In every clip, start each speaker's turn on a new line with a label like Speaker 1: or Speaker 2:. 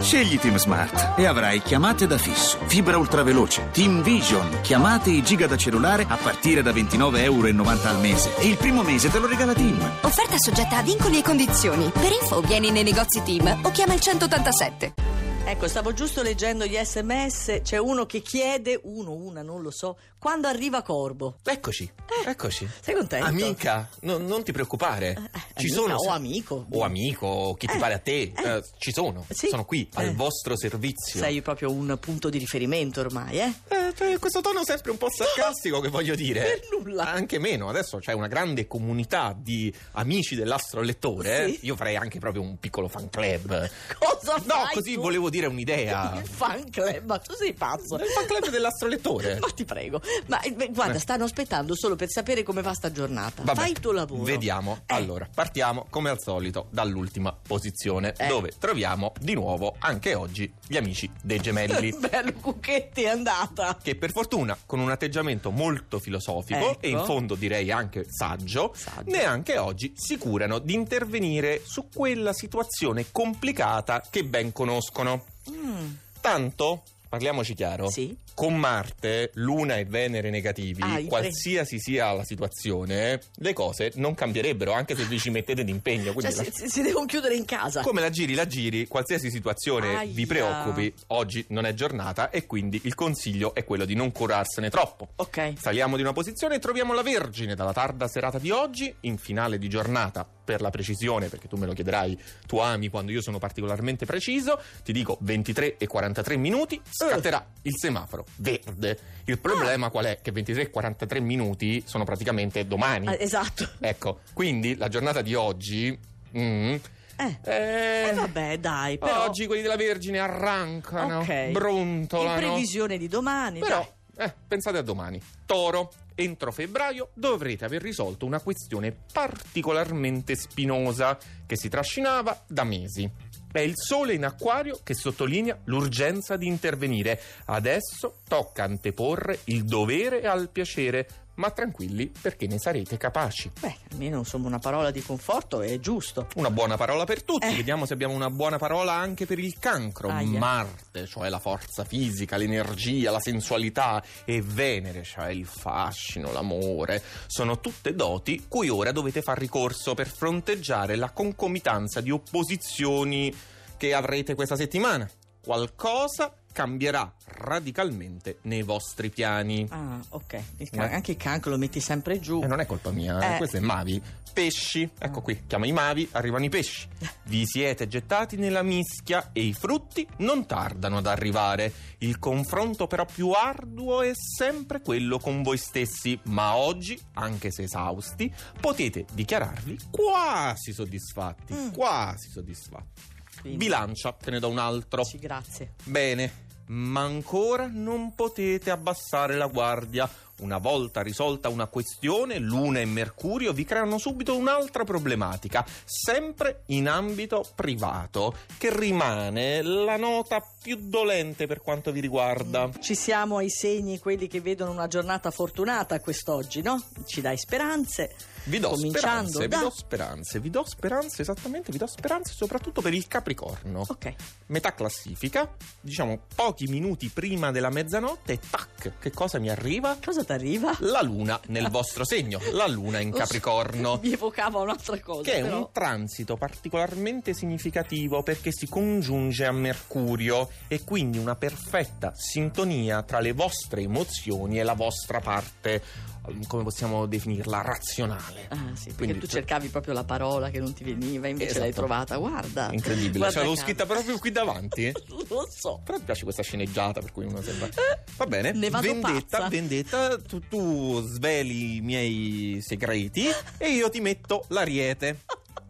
Speaker 1: Scegli Team Smart e avrai chiamate da fisso, fibra ultraveloce, Team Vision, chiamate e giga da cellulare a partire da 29,90 euro al mese e il primo mese te lo regala Team.
Speaker 2: Offerta soggetta a vincoli e condizioni. Per info vieni nei negozi Team o chiama il 187.
Speaker 3: Ecco, stavo giusto leggendo gli sms, c'è uno che chiede, uno, una, non lo so, quando arriva Corbo.
Speaker 4: Eccoci, eccoci.
Speaker 3: Sei contento?
Speaker 4: Amica, no- non ti preoccupare.
Speaker 3: ecco. Eh, amica o amico.
Speaker 4: O amico, o chi ti
Speaker 3: Eh,
Speaker 4: pare a te.
Speaker 3: eh.
Speaker 4: eh, ci sono.
Speaker 3: Sì.
Speaker 4: Sono qui,
Speaker 3: Eh.
Speaker 4: al vostro servizio.
Speaker 3: Sei proprio un punto di riferimento ormai, eh?
Speaker 4: Eh, cioè, questo tono sempre un po' sarcastico che voglio dire.
Speaker 3: Per nulla.
Speaker 4: Anche meno, adesso c'è una grande comunità di amici dell'astrolettore.
Speaker 3: Sì.
Speaker 4: Io farei anche proprio un piccolo fan club.
Speaker 3: Cosa
Speaker 4: No,
Speaker 3: fai
Speaker 4: così
Speaker 3: tu?
Speaker 4: volevo dire un'idea.
Speaker 3: Il fan club, ma tu sei pazzo.
Speaker 4: Il fan club dell'astrolettore.
Speaker 3: Ma ti prego, ma eh, beh, guarda,
Speaker 4: Eh.
Speaker 3: stanno aspettando solo per sapere come va sta giornata.
Speaker 4: Vabbè,
Speaker 3: Fai il tuo lavoro.
Speaker 4: Vediamo.
Speaker 3: Eh.
Speaker 4: Allora, partiamo come al solito dall'ultima posizione,
Speaker 3: Eh.
Speaker 4: dove troviamo di nuovo anche oggi gli amici dei gemelli.
Speaker 3: Bello, Cucchetti è andata.
Speaker 4: Che per fortuna, con un atteggiamento molto filosofico
Speaker 3: Ecco.
Speaker 4: e in fondo direi anche saggio,
Speaker 3: Saggio.
Speaker 4: neanche oggi si curano di intervenire su quella situazione complicata che ben conoscono.
Speaker 3: Mm,
Speaker 4: Tanto, parliamoci chiaro,
Speaker 3: Sì.
Speaker 4: con Marte, Luna e Venere negativi,
Speaker 3: Ah, i tre.
Speaker 4: qualsiasi sia la situazione, le cose non cambierebbero anche se vi ci mettete d'impegno.
Speaker 3: Cioè,
Speaker 4: Quindi la-
Speaker 3: si, si- si devono chiudere in casa.
Speaker 4: Come la giri, la giri, qualsiasi situazione
Speaker 3: Aia.
Speaker 4: vi preoccupi, oggi non è giornata e quindi il consiglio è quello di non curarsene troppo.
Speaker 3: Ok.
Speaker 4: Saliamo di una posizione e troviamo la Vergine dalla tarda serata di oggi, in finale di giornata, per la precisione, perché tu me lo chiederai, tu ami quando io sono particolarmente preciso, ti dico 23 e 43 minuti, scatterà il semaforo verde. Il problema qual è? Che 23 e 43 minuti sono praticamente domani.
Speaker 3: Ah, esatto.
Speaker 4: Ecco, quindi la giornata di oggi... mm,
Speaker 3: Eh.
Speaker 4: eh,
Speaker 3: Eh, vabbè, dai, però.
Speaker 4: Oggi quelli della Vergine arrancano,
Speaker 3: Ok.
Speaker 4: brontolano.
Speaker 3: In previsione di domani.
Speaker 4: Però,
Speaker 3: dai.
Speaker 4: eh, pensate a domani. Toro, entro febbraio dovrete aver risolto una questione particolarmente spinosa che si trascinava da mesi. È il sole in acquario che sottolinea l'urgenza di intervenire. Adesso tocca anteporre il dovere al piacere, ma tranquilli perché ne sarete capaci.
Speaker 3: Beh, almeno insomma una parola di conforto è giusto.
Speaker 4: Una buona parola per tutti,
Speaker 3: Eh.
Speaker 4: vediamo se abbiamo una buona parola anche per il cancro.
Speaker 3: Aia.
Speaker 4: Marte, cioè la forza fisica, l'energia, la sensualità e Venere, cioè il fascino, l'amore, sono tutte doti cui ora dovete far ricorso per fronteggiare la concomitanza di opposizioni che avrete questa settimana. Qualcosa cambierà radicalmente nei vostri piani.
Speaker 3: Ah, ok. Il can-
Speaker 4: Eh.
Speaker 3: Anche il cancro lo metti sempre giù.
Speaker 4: E non è colpa mia,
Speaker 3: Eh.
Speaker 4: questo è Mavi. Pesci, ecco qui, chiama i Mavi, arrivano i pesci. Vi siete gettati nella mischia e i frutti non tardano ad arrivare. Il confronto però più arduo è sempre quello con voi stessi, ma oggi, anche se esausti, potete dichiararvi quasi soddisfatti,
Speaker 3: Mm.
Speaker 4: quasi soddisfatti.
Speaker 3: Quindi-
Speaker 4: Bilancia, te ne do un altro.
Speaker 3: Sì, grazie.
Speaker 4: Bene, ma ancora non potete abbassare la guardia. Una volta risolta una questione, Luna e Mercurio vi creano subito un'altra problematica, sempre in ambito privato, che rimane la nota più dolente per quanto vi riguarda.
Speaker 3: Ci siamo ai segni quelli che vedono una giornata fortunata quest'oggi, no? Ci dai speranze.
Speaker 4: Vi do
Speaker 3: Cominciando
Speaker 4: speranze,
Speaker 3: da-
Speaker 4: vi do speranze, vi do speranze, esattamente, vi do speranze soprattutto per il Capricorno.
Speaker 3: Ok.
Speaker 4: metà classifica, diciamo pochi minuti prima della mezzanotte, e tac, che cosa mi arriva?
Speaker 3: Cosa ti arriva?
Speaker 4: La luna nel vostro segno, la luna in Capricorno.
Speaker 3: Mi evocava un'altra cosa.
Speaker 4: Che è
Speaker 3: però.
Speaker 4: un transito particolarmente significativo perché si congiunge a Mercurio e quindi una perfetta sintonia tra le vostre emozioni e la vostra parte, ehm, come possiamo definirla, razionale.
Speaker 3: Ah, sì, perché
Speaker 4: Quindi-
Speaker 3: tu cercavi proprio la parola che non ti veniva, invece
Speaker 4: Esatto.
Speaker 3: l'hai trovata. Guarda.
Speaker 4: Incredibile,
Speaker 3: Ah. Guarda
Speaker 4: Cioè, ce l'avevo
Speaker 3: caso.
Speaker 4: scritta proprio qui davanti. eh.
Speaker 3: Lo so.
Speaker 4: Però ti piace questa sceneggiata per cui uno sembra... Va bene,
Speaker 3: Eh, Ne vado
Speaker 4: vendetta,
Speaker 3: pazza.
Speaker 4: vendetta, tu, tu sveli i miei segreti e io ti metto l'ariete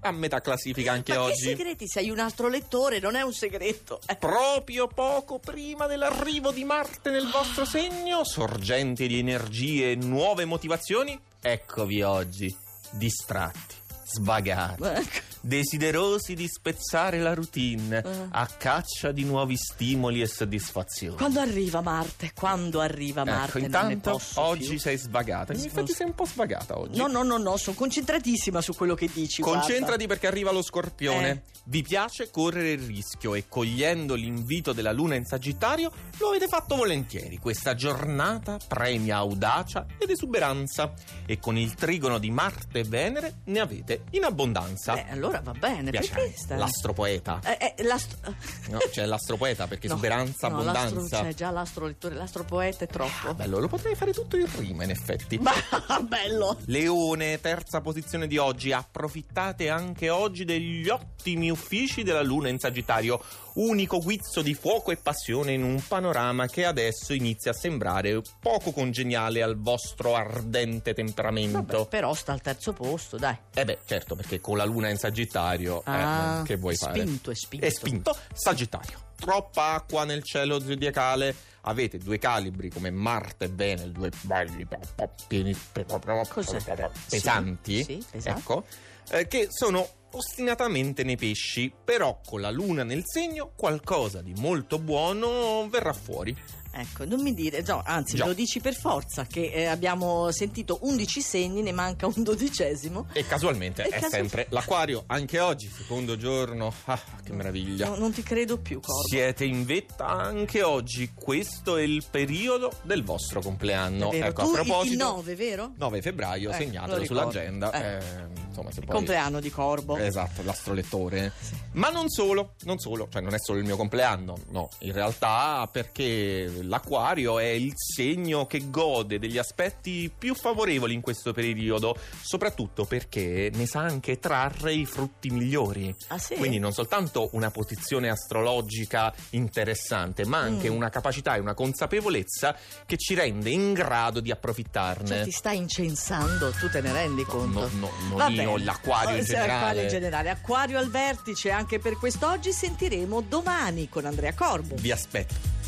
Speaker 4: a metà classifica anche
Speaker 3: Ma
Speaker 4: oggi.
Speaker 3: che segreti? Sei un altro lettore, non è un segreto. Eh.
Speaker 4: Proprio poco prima dell'arrivo di Marte nel vostro segno, sorgenti di energie e nuove motivazioni, eccovi oggi, distratti, svagati.
Speaker 3: Ecco.
Speaker 4: desiderosi di spezzare la routine,
Speaker 3: Ah.
Speaker 4: a caccia di nuovi stimoli e soddisfazioni.
Speaker 3: Quando arriva Marte? Quando arriva Marte?
Speaker 4: ecco,
Speaker 3: Non ne
Speaker 4: intanto
Speaker 3: posso
Speaker 4: oggi
Speaker 3: più.
Speaker 4: sei svagata.
Speaker 3: Non
Speaker 4: Infatti
Speaker 3: posso.
Speaker 4: sei un po' svagata oggi.
Speaker 3: No, no, no, no, sono concentratissima su quello che dici. guarda.
Speaker 4: Concentrati perché arriva lo scorpione.
Speaker 3: Eh.
Speaker 4: Vi piace correre il rischio e cogliendo l'invito della luna in Sagittario lo avete fatto volentieri. Questa giornata premia audacia ed esuberanza e con il trigono di Marte e Venere ne avete in abbondanza.
Speaker 3: Eh, allora va bene,
Speaker 4: Piace
Speaker 3: perché sta?
Speaker 4: l'astropoeta.
Speaker 3: Eh, eh, l'astro-
Speaker 4: No, cioè l'astropoeta perché
Speaker 3: No,
Speaker 4: esuberanza,
Speaker 3: no, l'astro-
Speaker 4: abbondanza.
Speaker 3: cioè, già l'astro lettore, l'astro poeta è
Speaker 4: Ah,
Speaker 3: troppo.
Speaker 4: bello, lo potrei fare tutto in rima in effetti.
Speaker 3: Ma bello!
Speaker 4: Leone, terza posizione di oggi, approfittate anche oggi degli ottimi uffici della Luna in Sagittario, unico guizzo di fuoco e passione in un panorama che adesso inizia a sembrare poco congeniale al vostro ardente
Speaker 3: Vabbè,
Speaker 4: temperamento.
Speaker 3: però sta al terzo posto, dai.
Speaker 4: Eh beh, certo, perché con la Luna in Sagittario, eh,
Speaker 3: Ah,
Speaker 4: che vuoi fare?
Speaker 3: Spinto e spinto.
Speaker 4: È spinto. Sagittario. Troppa acqua nel cielo zodiacale. Avete due calibri come Marte e Venere, due belli po- po- pieni pe- po- po-
Speaker 3: Cos'è?
Speaker 4: pesanti.
Speaker 3: Sì, esatto. sì, pesanti.
Speaker 4: Ecco, eh, che sono ostinatamente nei pesci, però con la luna nel segno qualcosa di molto buono verrà fuori.
Speaker 3: Ecco, non mi dire, no, anzi,
Speaker 4: Già.
Speaker 3: lo dici per forza che eh, abbiamo sentito 11 segni, ne manca un dodicesimo.
Speaker 4: E casualmente
Speaker 3: E
Speaker 4: è
Speaker 3: casu-
Speaker 4: sempre l'acquario, anche oggi, secondo giorno. Ah, che meraviglia.
Speaker 3: No, non ti credo più, Corvo.
Speaker 4: Siete in vetta anche oggi, questo è il periodo del vostro
Speaker 3: È
Speaker 4: compleanno.
Speaker 3: vero.
Speaker 4: Ecco,
Speaker 3: Tu
Speaker 4: a
Speaker 3: il
Speaker 4: proposito,
Speaker 3: 9, vero?
Speaker 4: 9 febbraio,
Speaker 3: Eh,
Speaker 4: segnatelo
Speaker 3: lo ricordo.
Speaker 4: sull'agenda.
Speaker 3: Eh.
Speaker 4: eh, insomma, se
Speaker 3: Il
Speaker 4: poi-
Speaker 3: compleanno di Corbo.
Speaker 4: Esatto, l'astrolettore. Ma non solo, non solo, cioè non è solo il mio compleanno, no, in realtà perché l'acquario è il segno che gode degli aspetti più favorevoli in questo periodo, soprattutto perché ne sa anche trarre i frutti migliori.
Speaker 3: Ah, sì?
Speaker 4: Quindi non soltanto una posizione astrologica interessante, ma anche
Speaker 3: Mm.
Speaker 4: una capacità e una consapevolezza che ci rende in grado di approfittarne.
Speaker 3: Cioè, ti stai incensando, tu te ne rendi conto?
Speaker 4: No, no, non
Speaker 3: Va
Speaker 4: io,
Speaker 3: bene.
Speaker 4: l'acquario in
Speaker 3: Sì, Acquario in
Speaker 4: generale.
Speaker 3: generale. Acquario al vertice anche per quest'oggi. Sentiremo domani con Andrea Corbo.
Speaker 4: Vi aspetto.